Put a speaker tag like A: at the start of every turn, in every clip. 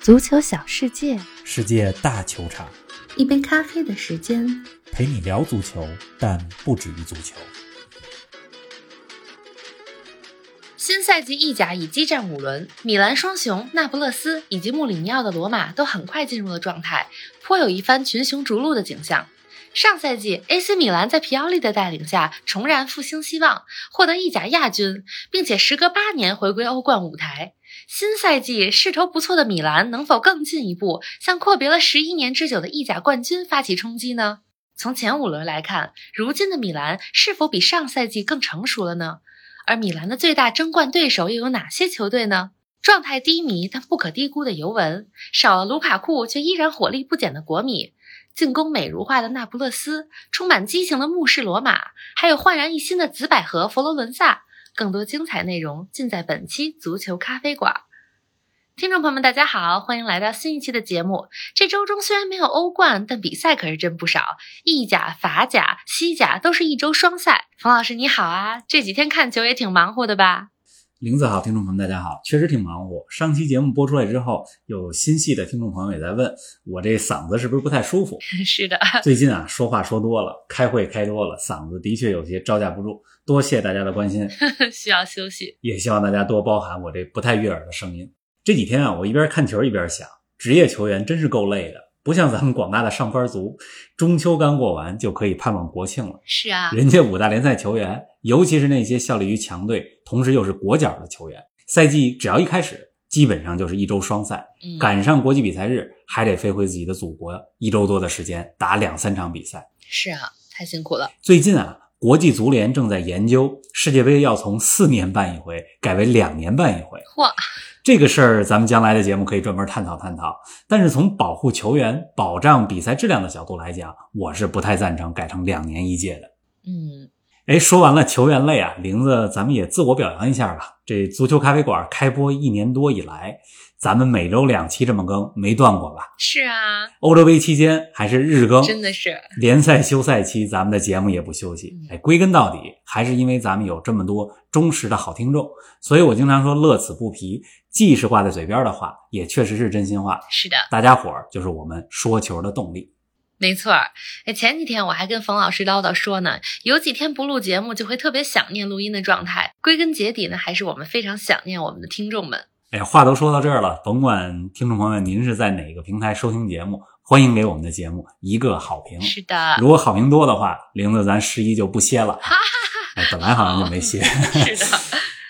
A: 足球小世界，
B: 世界大球场，
A: 一杯咖啡的时间。
B: 陪你聊足球，但不止于足球。
C: 新赛季意甲已激战五轮，米兰双雄、那不勒斯以及穆里尼奥的罗马都很快进入了状态，颇有一番群雄逐鹿的景象。上赛季，AC 米兰在皮奥利的带领下重燃复兴希望，获得意甲亚军，并且时隔八年回归欧冠舞台。新赛季势头不错的米兰能否更进一步，向阔别了十一年之久的意甲冠军发起冲击呢？从前五轮来看，如今的米兰是否比上赛季更成熟了呢？而米兰的最大争冠对手又有哪些球队呢？状态低迷但不可低估的尤文，少了卢卡库却依然火力不减的国米，进攻美如画的那不勒斯，充满激情的穆氏罗马，还有焕然一新的紫百合佛罗伦萨。更多精彩内容尽在本期足球咖啡馆。听众朋友们，大家好，欢迎来到新一期的节目。这周中虽然没有欧冠，但比赛可是真不少，意甲、法甲、西甲都是一周双赛。冯老师你好啊，这几天看球也挺忙活的吧？
B: 林子好，听众朋友们大家好，确实挺忙活。上期节目播出来之后，有心细的听众朋友也在问我这嗓子是不是不太舒服？
C: 是的，
B: 最近啊，说话说多了，开会开多了，嗓子的确有些招架不住。多谢大家的关心，
C: 需要休息。
B: 也希望大家多包涵我这不太悦耳的声音。这几天啊，我一边看球一边想，职业球员真是够累的，不像咱们广大的上班族，中秋刚过完就可以盼望国庆了。
C: 是啊，
B: 人家五大联赛球员，尤其是那些效力于强队，同时又是国脚的球员，赛季只要一开始，基本上就是一周双赛，
C: 嗯
B: 赶上国际比赛日，还得飞回自己的祖国，一周多的时间打两三场比赛。
C: 是啊，太辛苦了。
B: 最近啊，国际足联正在研究世界杯要从四年办一回改为两年办一回。
C: 嚯，
B: 这个事儿咱们将来的节目可以专门探讨探讨。但是从保护球员、保障比赛质量的角度来讲，我是不太赞成改成两年一届的。
C: 嗯，
B: 哎，说完了球员类啊，玲子，咱们也自我表扬一下吧。这足球咖啡馆开播一年多以来，咱们每周两期这么更，没断过吧？
C: 是啊，
B: 欧洲杯期间还是日更，
C: 真的是
B: 联赛休赛期，咱们的节目也不休息
C: 嗯。
B: 哎，归根到底，还是因为咱们有这么多忠实的好听众，所以我经常说乐此不疲，既是挂在嘴边的话，也确实是真心话。
C: 是的。
B: 大家伙儿就是我们说球的动力。
C: 没错儿，哎，前几天我还跟冯老师唠叨说呢，有几天不录节目就会特别想念录音的状态。归根结底呢，还是我们非常想念我们的听众们。
B: 哎，话都说到这儿了，甭管听众朋友们您是在哪个平台收听节目，欢迎给我们的节目一个好评。
C: 是的，
B: 如果好评多的话，玲子咱十一就不歇了。哎，本来好像就没歇。
C: 是的。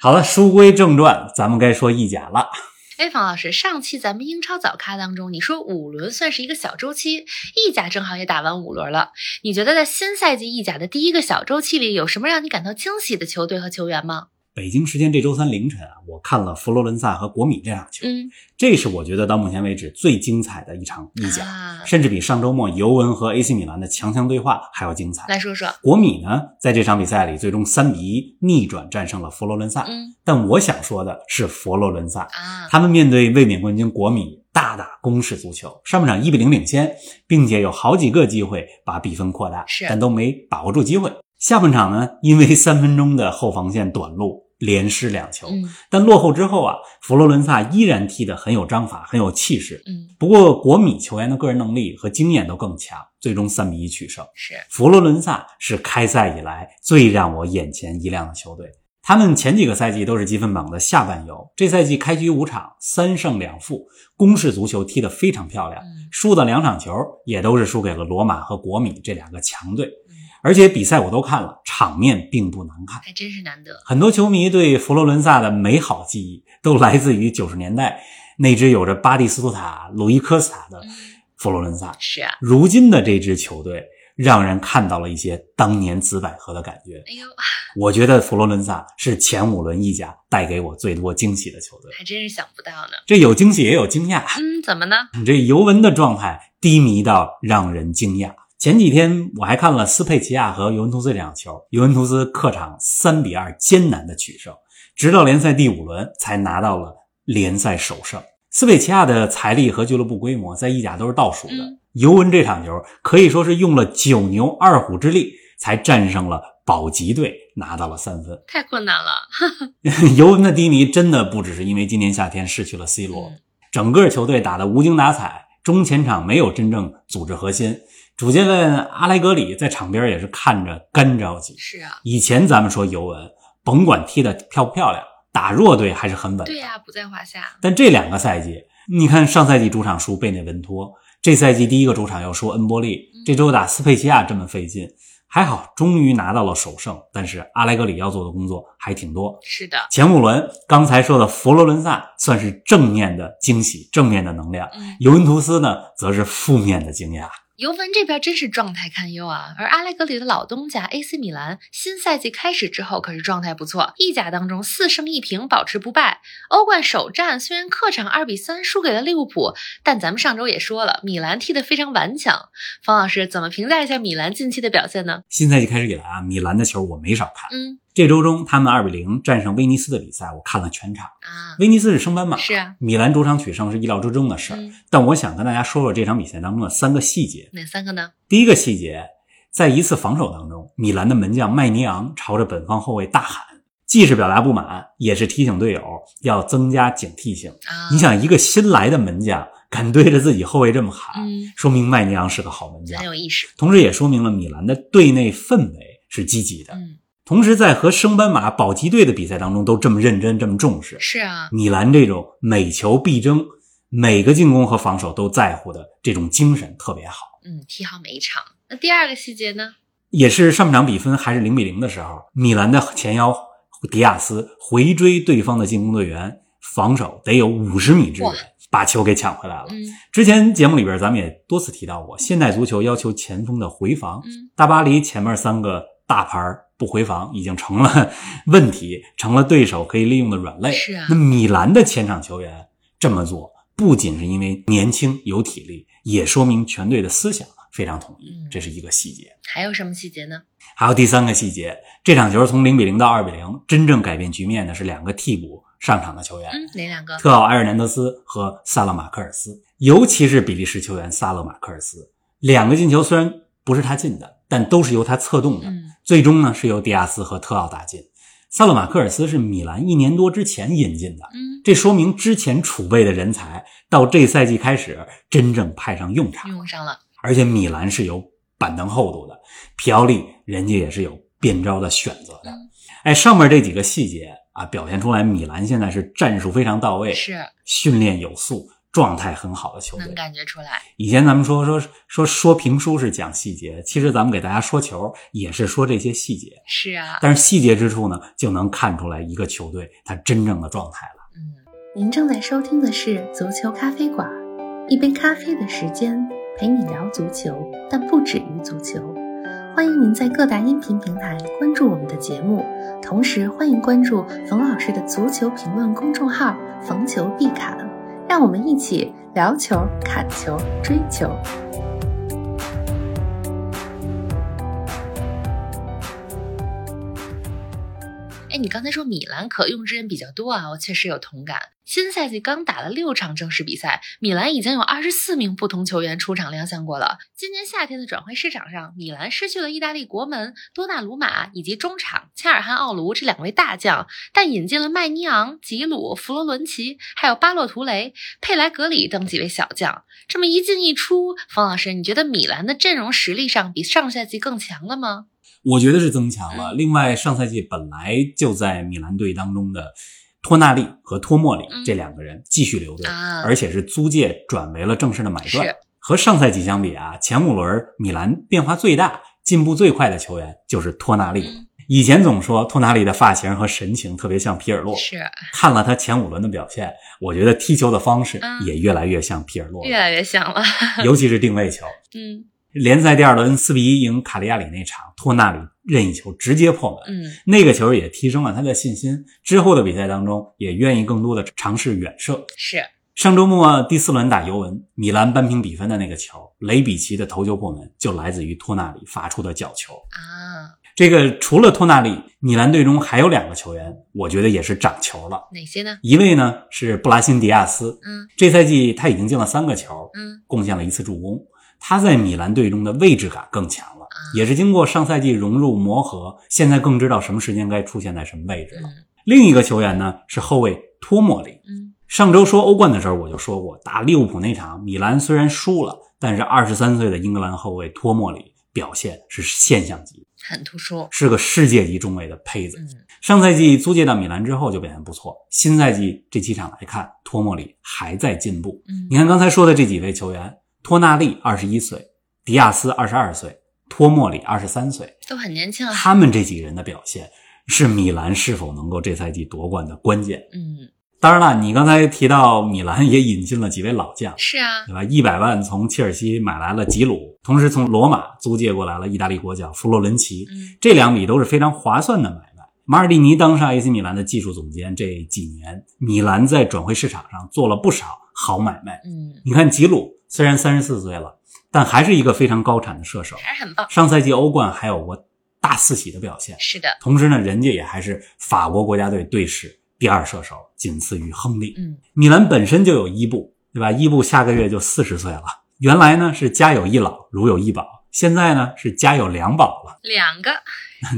B: 好了，书归正传，咱们该说意甲了。
C: 哎，冯老师，上期咱们英超早咖当中，你说五轮算是一个小周期，意甲正好也打完五轮了。你觉得在新赛季意甲的第一个小周期里，有什么让你感到惊喜的球队和球员吗？
B: 北京时间这周三凌晨啊，我看了佛罗伦萨和国米这场球，
C: 嗯，
B: 这是我觉得到目前为止最精彩的一场意甲，
C: 啊，
B: 甚至比上周末尤文和 AC 米兰的强强对话还要精彩。
C: 来说说，
B: 国米呢，在这场比赛里最终三比一逆转战胜了佛罗伦萨，
C: 嗯
B: 但我想说的是佛罗伦萨，
C: 啊，
B: 他们面对卫冕冠军国米大打攻势足球，上半场一比零领先，并且有好几个机会把比分扩大，
C: 是
B: 但都没把握住机会。下半场呢，因为三分钟的后防线短路，连失两球。
C: 嗯
B: 但落后之后啊，佛罗伦萨依然踢得很有章法，很有气势。
C: 嗯，
B: 不过国米球员的个人能力和经验都更强，最终三比一取胜。
C: 是，
B: 佛罗伦萨是开赛以来最让我眼前一亮的球队。他们前几个赛季都是积分榜的下半游，这赛季开局五场三胜两负，攻势足球踢得非常漂亮，
C: 嗯
B: 输的两场球也都是输给了罗马和国米这两个强队，而且比赛我都看了，场面并不难看。
C: 还真是难得。
B: 很多球迷对佛罗伦萨的美好记忆都来自于九十年代那支有着巴蒂斯图塔、鲁伊科斯塔的
C: 嗯，
B: 佛罗伦萨。
C: 是啊，
B: 如今的这支球队，让人看到了一些当年紫百合的感觉。
C: 哎呦，
B: 我觉得佛罗伦萨是前五轮意甲带给我最多惊喜的球队。
C: 还真是想不到呢。
B: 这有惊喜也有惊讶，
C: 嗯，怎么呢？
B: 这尤文的状态低迷到让人惊讶。前几天我还看了斯佩齐亚和尤文图斯这场球，尤文图斯客场三比二艰难的取胜，直到联赛第五轮才拿到了联赛首胜。斯佩齐亚的财力和俱乐部规模在意甲都是倒数的，
C: 嗯
B: 尤文这场球可以说是用了九牛二虎之力才战胜了保级队，拿到了三分。
C: 太困难了。
B: 尤文的低迷真的不只是因为今年夏天失去了 C 罗，
C: 嗯
B: 整个球队打得无精打采，中前场没有真正组织核心。主教练阿莱格里在场边也是看着干着急。
C: 是啊，
B: 以前咱们说尤文，甭管踢得漂不漂亮，打弱队还是很稳。
C: 对呀、不在话下。
B: 但这两个赛季，你看上赛季主场输贝内文托，这赛季第一个主场要输恩波利，
C: 嗯
B: 这周打斯佩齐亚这么费劲，还好终于拿到了首胜。但是阿莱格里要做的工作还挺多。
C: 是的，
B: 前五轮刚才说的佛罗伦萨算是正面的惊喜，正面的能量；
C: 嗯，
B: 尤文图斯呢，则是负面的惊讶。
C: 尤文这边真是状态堪忧啊。而阿莱格里的老东家 AC 米兰，新赛季开始之后可是状态不错，意甲当中四胜一平保持不败。欧冠首战虽然客场二比三输给了利物浦，但咱们上周也说了，米兰踢得非常顽强。方老师怎么评价一下米兰近期的表现呢？
B: 新赛季开始以来啊，米兰的球我没少看。
C: 嗯
B: 这周中他们二比零战胜威尼斯的比赛，我看了全场。
C: 啊，
B: 威尼斯是升班马，
C: 是啊，
B: 米兰主场取胜是意料之中的事儿。
C: 嗯，
B: 但我想跟大家说说这场比赛当中的三个细节。
C: 哪三个呢？
B: 第一个细节，在一次防守当中，米兰的门将麦尼昂朝着本方后卫大喊，既是表达不满，也是提醒队友要增加警惕性。
C: 啊，
B: 你想，一个新来的门将敢对着自己后卫这么喊，
C: 嗯，
B: 说明麦尼昂是个好门将
C: 很，有意识。
B: 同时也说明了米兰的队内氛围是积极的。
C: 嗯，
B: 同时，在和升班马保级队的比赛当中，都这么认真，这么重视。
C: 是啊，
B: 米兰这种每球必争、每个进攻和防守都在乎的这种精神特别好。
C: 嗯，踢好每一场。那第二个细节呢？
B: 也是上半场比分还是零比零的时候，米兰的前腰迪亚斯回追对方的进攻队员，防守得有五十米之远
C: 哇，
B: 把球给抢回来了。
C: 嗯
B: 之前节目里边咱们也多次提到过，现代足球要求前锋的回防，
C: 嗯，
B: 大巴黎前面三个大牌儿不回防已经成了问题，成了对手可以利用的软肋。
C: 是啊
B: 那米兰的前场球员这么做，不仅是因为年轻有体力，也说明全队的思想非常统一
C: 嗯。
B: 这是一个细节。
C: 还有什么细节呢？
B: 还有第三个细节，这场球从零比零到二比零，真正改变局面的是两个替补上场的球员。
C: 嗯，哪两个？
B: 特奥埃尔南德斯和萨勒马科尔斯，尤其是比利时球员萨勒马科尔斯，两个进球虽然不是他进的，但都是由他策动的。
C: 嗯
B: 最终呢，是由迪亚斯和特奥打进。萨勒马科尔斯是米兰一年多之前引进的，
C: 嗯，
B: 这说明之前储备的人才到这赛季开始真正派上用场。
C: 用上了。
B: 而且米兰是有板凳厚度的，皮奥利人家也是有变招的选择的
C: 嗯。
B: 哎，上面这几个细节啊，表现出来米兰现在是战术非常到位，
C: 是
B: 训练有素、状态很好的球队
C: 能。感觉出来，
B: 以前咱们说说说说评书是讲细节，其实咱们给大家说球也是说这些细节，
C: 是啊，
B: 但是细节之处呢，就能看出来一个球队它真正的状态了。
C: 嗯，
A: 您正在收听的是《足球咖啡馆》，一杯咖啡的时间陪你聊足球，但不止于足球。欢迎您在各大音频平台关注我们的节目，同时欢迎关注冯老师的足球评论公众号“冯球必侃”，让我们一起聊球、砍球、追球。
C: 哎，你刚才说米兰可用之人比较多啊，我确实有同感。新赛季刚打了六场正式比赛，米兰已经有二十四名不同球员出场亮相过了。今年夏天的转会市场上，米兰失去了意大利国门多纳鲁马以及中场恰尔汗奥卢这两位大将，但引进了麦尼昂、吉鲁、弗罗伦齐，还有巴洛图雷、佩莱格里等几位小将。这么一进一出，冯老师，你觉得米兰的阵容实力上比上赛季更强了吗？
B: 我觉得是增强
C: 嗯
B: 了。另外，上赛季本来就在米兰队当中的托纳利和托莫里
C: 嗯
B: 这两个人继续留队，
C: 啊，
B: 而且是租借转为了正式的买断
C: 是。
B: 和上赛季相比啊，前五轮米兰变化最大、进步最快的球员就是托纳利。
C: 嗯
B: 以前总说托纳利的发型和神情特别像皮尔洛，
C: 是
B: 看了他前五轮的表现，我觉得踢球的方式
C: 嗯
B: 也越来越像皮尔洛了，
C: 越来越像了，
B: 尤其是定位球。
C: 嗯。
B: 联赛第二轮四比一赢卡利亚里那场，托纳里任意球直接破门，
C: 嗯，
B: 那个球也提升了他的信心。之后的比赛当中，也愿意更多的尝试远射。
C: 是，
B: 上周末第四轮打尤文，米兰扳平比分的那个球，雷比奇的头球破门就来自于托纳里发出的角球。
C: 啊，
B: 这个除了托纳里，米兰队中还有两个球员，我觉得也是长球了。
C: 哪些呢？
B: 一位呢是布拉辛迪亚斯，
C: 嗯
B: 这赛季他已经进了三个球，
C: 嗯
B: 贡献了一次助攻。他在米兰队中的位置感更强了，也是经过上赛季融入磨合，现在啊更知道什么时间该出现在什么位置了。
C: 嗯
B: 另一个球员呢是后卫托莫里，
C: 嗯
B: 上周说欧冠的时候，我就说过，打利物浦那场，米兰虽然输了，但是二十三岁的英格兰后卫托莫里表现是现象级，
C: 很突出。
B: 是个世界级中卫的胚子。
C: 嗯，
B: 上赛季租借到米兰之后就表现不错，新赛季这几场来看，托莫里还在进步。
C: 嗯
B: 你看刚才说的这几位球员，托纳利二十一岁，迪亚斯二十二岁，托莫里二十三岁，
C: 都很年轻啊。
B: 他们这几人的表现是米兰是否能够这赛季夺冠的关键。
C: 嗯，
B: 当然了，你刚才提到米兰也引进了几位老将，
C: 是啊，
B: 对吧？一百万从切尔西买来了吉鲁，同时从罗马租借过来了意大利国脚弗洛伦齐，
C: 嗯
B: 这两笔都是非常划算的买卖。马尔蒂尼当上 AC 米兰的技术总监这几年，米兰在转会市场上做了不少好买卖。
C: 嗯，
B: 你看吉鲁虽然三十四岁了，但还是一个非常高产的射手。
C: 还是很棒。
B: 上赛季欧冠还有过大四喜的表现，
C: 是的，
B: 同时呢，人家也还是法国国家队队史第二射手，仅次于亨利。
C: 嗯
B: 米兰本身就有伊布，对吧？伊布下个月就四十岁了。原来呢是家有一老，如有一宝，现在呢是家有两宝了，
C: 两个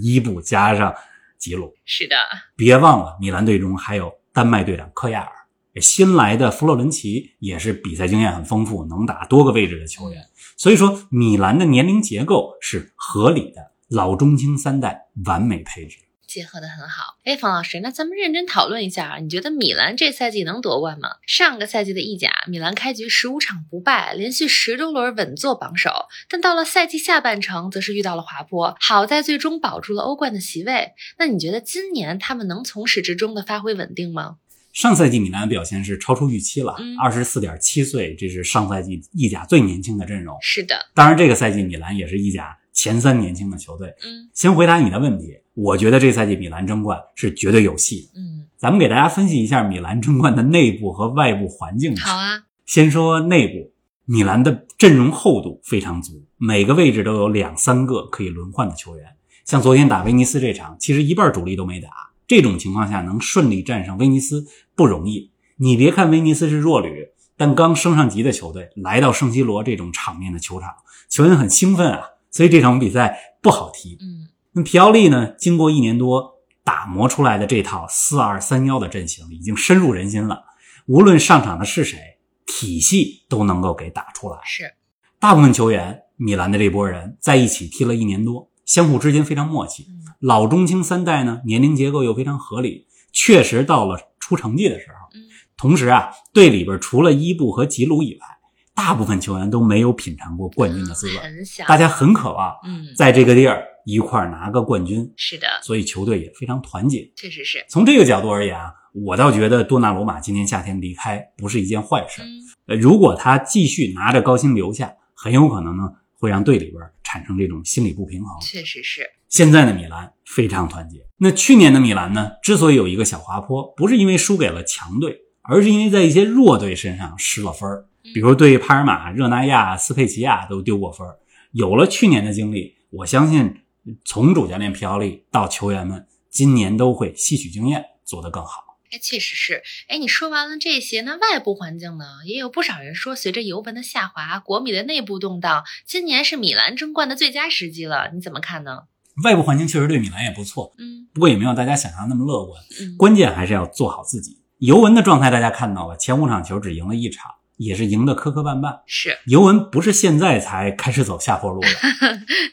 B: 伊布加上吉鲁。
C: 是的，
B: 别忘了，米兰队中还有丹麦队长科亚尔，新来的弗洛伦齐也是比赛经验很丰富，能打多个位置的球员。所以说，米兰的年龄结构是合理的，老中青三代完美配置。
C: 结合的很好。哎，冯老师，那咱们认真讨论一下啊，你觉得米兰这赛季能夺冠吗？上个赛季的意甲，米兰开局十五场不败，连续十六轮稳坐榜首，但到了赛季下半程，则是遇到了滑坡。好在最终保住了欧冠的席位。那你觉得今年他们能从始至终的发挥稳定吗？
B: 上赛季米兰的表现是超出预期了
C: 嗯，
B: 二十四点七岁，这是上赛季意甲最年轻的阵容。
C: 是的，
B: 当然，这个赛季米兰也是意甲前三年轻的球队。
C: 嗯
B: 先回答你的问题，我觉得这赛季米兰争冠是绝对有戏的。
C: 嗯，
B: 咱们给大家分析一下米兰争冠的内部和外部环境吧。
C: 好啊，
B: 先说内部，米兰的阵容厚度非常足，每个位置都有两三个可以轮换的球员。像昨天打威尼斯这场，其实一半主力都没打，这种情况下能顺利战胜威尼斯不容易。你别看威尼斯是弱旅，但刚升上级的球队来到圣西罗这种场面的球场，球员很兴奋啊，所以这场比赛不好踢。
C: 嗯
B: 那皮奥利呢，经过一年多打磨出来的这套四二三幺的阵型已经深入人心了。无论上场的是谁，体系都能够给打出来。
C: 是，
B: 大部分球员，米兰的这波人在一起踢了一年多，相互之间非常默契。
C: 嗯
B: 老中青三代呢，年龄结构又非常合理，确实到了出成绩的时候。
C: 嗯
B: 同时啊，队里边除了伊布和吉鲁以外，大部分球员都没有品尝过冠军的滋味
C: 啊，很想
B: 大家很渴望
C: 嗯，
B: 在这个地儿一块儿拿个冠军。
C: 是的，
B: 所以球队也非常团结。
C: 确实是，
B: 从这个角度而言啊，我倒觉得多纳罗马今年夏天离开不是一件坏事。
C: 嗯
B: 呃如果他继续拿着高薪留下，很有可能呢会让队里边产生这种心理不平衡。
C: 确实是，
B: 现在的米兰非常团结。那去年的米兰呢，之所以有一个小滑坡，不是因为输给了强队，而是因为在一些弱队身上失了分儿，
C: 嗯
B: 比如对帕尔马、热那亚、斯佩齐亚都丢过分儿。有了去年的经历，我相信从主教练皮奥利到球员们，今年都会吸取经验，做得更好。
C: 哎，确实是。哎，你说完了这些，那外部环境呢？也有不少人说，随着尤文的下滑，国米的内部动荡，今年是米兰争冠的最佳时机了。你怎么看呢？
B: 外部环境确实对米兰也不错，
C: 嗯
B: 不过也没有大家想象那么乐观。
C: 嗯，
B: 关键还是要做好自己。尤文的状态大家看到了，前五场球只赢了一场，也是赢得磕磕绊绊。
C: 是
B: 尤文不是现在才开始走下坡路的，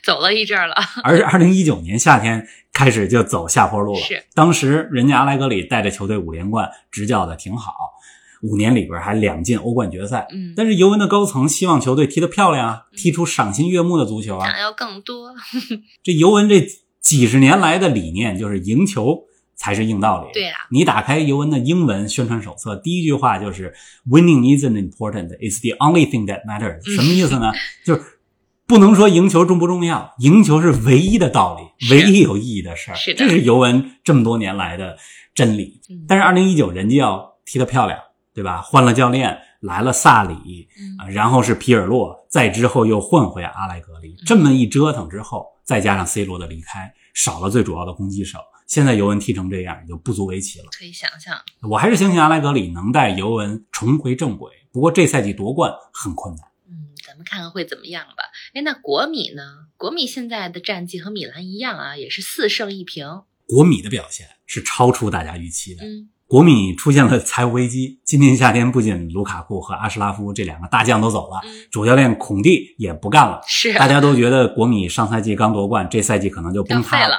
C: 走了一阵儿了。
B: 而是二零一九年夏天开始就走下坡路了。
C: 是，
B: 当时人家阿莱格里带着球队五连冠，执教的挺好，五年里边还两进欧冠决赛。
C: 嗯，
B: 但是尤文的高层希望球队踢得漂亮啊，踢出赏心悦目的足球啊。
C: 想要更多。
B: 这尤文这几十年来的理念就是赢球才是硬道理。
C: 对啊，
B: 你打开尤文的英文宣传手册，第一句话就是 “Winning isn't important, it's the only thing that matters”。
C: 嗯
B: 什么意思呢？ 就是不能说赢球重不重要，赢球是唯一的道理，
C: 是
B: 唯一有意义的事儿。
C: 是的
B: 这是尤文这么多年来的真理。
C: 嗯，
B: 但是二零一九人家要踢得漂亮，对吧？换了教练，来了萨里，
C: 嗯
B: 啊，然后是皮尔洛，再之后又换回阿莱格
C: 嗯
B: 里，这么一折腾之后，再加上 C 罗的离开，少了最主要的攻击手，现在尤文踢成这样也就不足为奇了。
C: 可以想象，
B: 我还是相信阿莱格里能带尤文重回正轨，不过这赛季夺冠很困难。
C: 嗯，咱们看看会怎么样吧。哎，那国米呢？国米现在的战绩和米兰一样啊，也是四胜一平。
B: 国米的表现是超出大家预期的，
C: 嗯
B: 国米出现了财务危机。今年夏天，不仅卢卡库和阿什拉夫这两个大将都走了，
C: 嗯，
B: 主教练孔蒂也不干了。
C: 是
B: 大家都觉得国米上赛季刚夺冠，这赛季可能就崩
C: 要废
B: 塌
C: 了。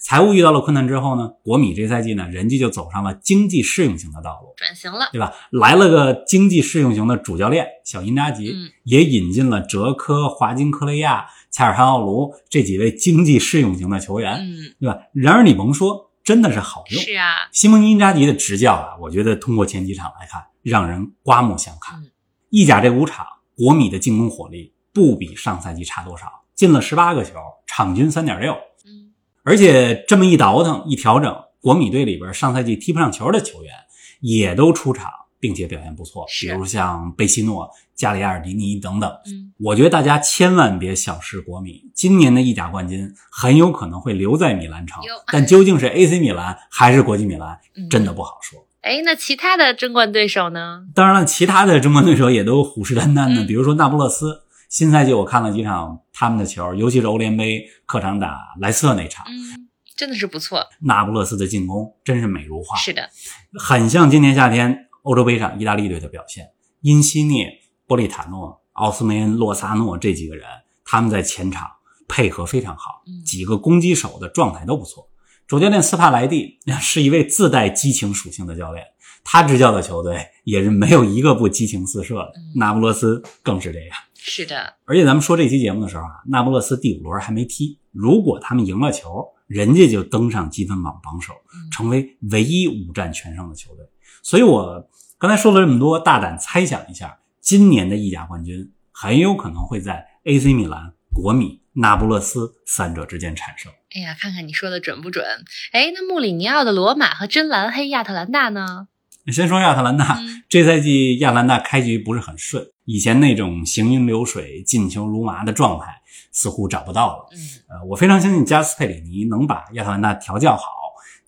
B: 财务遇到了困难之后呢，国米这赛季呢，人家就走上了经济适应型的道路，
C: 转型了，
B: 对吧？来了个经济适应型的主教练小因扎吉，
C: 嗯
B: 也引进了哲科、华金科雷亚、恰尔汗奥卢这几位经济适应型的球员，
C: 嗯，
B: 对吧？然而你甭说，真的是好用。
C: 是啊，
B: 西蒙尼因扎吉的执教啊，我觉得通过前几场来看，让人刮目相看
C: 嗯。
B: 意甲这五场，国米的进攻火力不比上赛季差多少，进了十八个球，场均三点六。
C: 嗯，
B: 而且这么一倒腾一调整，国米队里边上赛季踢不上球的球员也都出场，并且表现不错，比
C: 是
B: 如像贝西诺、加里亚尔迪尼等等。
C: 嗯，
B: 我觉得大家千万别小视国米，今年的意甲冠军很有可能会留在米兰城
C: 哟，
B: 但究竟是 AC 米兰还是国际米兰，
C: 嗯
B: 真的不好说。
C: 哎，那其他的争冠对手呢？
B: 当然了，其他的争冠对手也都虎视眈眈的，
C: 嗯
B: 比如说那不勒斯，新赛季我看了几场他们的球，尤其是欧联杯客场打莱斯特那场，
C: 嗯，真的是不错，
B: 那不勒斯的进攻真是美如画，
C: 是的，
B: 很像今年夏天欧洲杯上意大利队的表现。因西涅、波利塔诺、奥斯梅恩、洛萨诺这几个人，他们在前场配合非常好
C: 嗯，
B: 几个攻击手的状态都不错。主教练斯帕莱蒂 是一位自带激情属性的教练，他执教的球队也是没有一个不激情四射的
C: 嗯，
B: 那不勒斯更是这样。
C: 是的，
B: 而且咱们说这期节目的时候啊，那不勒斯第五轮还没踢，如果他们赢了球，人家就登上积分榜榜首，
C: 嗯
B: 成为唯一五战全胜的球队。所以我刚才说了这么多，大胆猜想一下，今年的意甲冠军很有可能会在 AC 米兰、国米、那不勒斯三者之间产生。
C: 哎呀，看看你说的准不准？哎，那穆里尼奥的罗马和真蓝黑亚特兰大呢？
B: 先说亚特兰大，
C: 嗯，
B: 这赛季亚特兰大开局不是很顺，以前那种行云流水、进球如麻的状态似乎找不到了。
C: 嗯，
B: 呃，我非常相信加斯佩里尼能把亚特兰大调教好，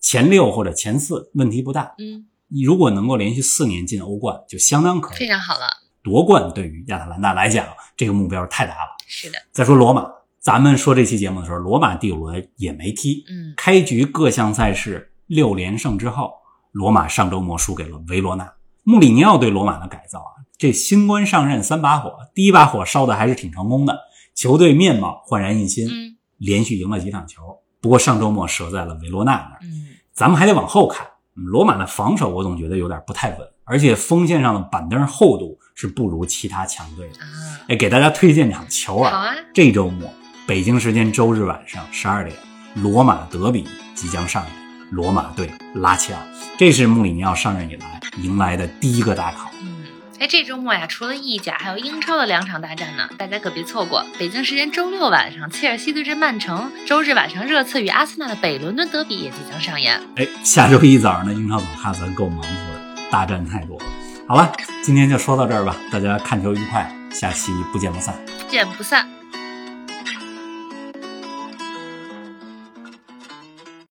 B: 前六或者前四问题不大。
C: 嗯，
B: 如果能够连续四年进欧冠，就相当可
C: 非
B: 以。
C: 常好了，
B: 夺冠对于亚特兰大来讲，这个目标太大了。
C: 是的，
B: 再说罗马，咱们说这期节目的时候，罗马第五轮也没踢，
C: 嗯，
B: 开局各项赛事六连胜之后，罗马上周末输给了维罗纳。穆里尼奥对罗马的改造啊，这新官上任三把火，第一把火烧的还是挺成功的，球队面貌焕然一新。
C: 嗯，
B: 连续赢了几场球。不过上周末折在了维罗纳那儿，
C: 嗯，
B: 咱们还得往后看。嗯罗马的防守我总觉得有点不太稳，而且锋线上的板凳厚度是不如其他强队的。
C: 啊，
B: 哎，给大家推荐场球
C: 好
B: 啊，
C: 啊，
B: 这周末北京时间周日晚上十二点，罗马德比即将上演，罗马对拉齐奥，这是穆里尼奥上任以来迎来的第一个大考。
C: 嗯。哎，这周末呀，除了意甲，还有英超的两场大战呢，大家可别错过。北京时间周六晚上，切尔西对阵曼城；周日晚上，热刺与阿森纳的北伦敦德比也即将上演。
B: 哎，下周一早上的英超早咖咱够忙乎的，大战太多了。好了，今天就说到这儿吧，大家看球愉快，下期不见不散。
C: 不见不散。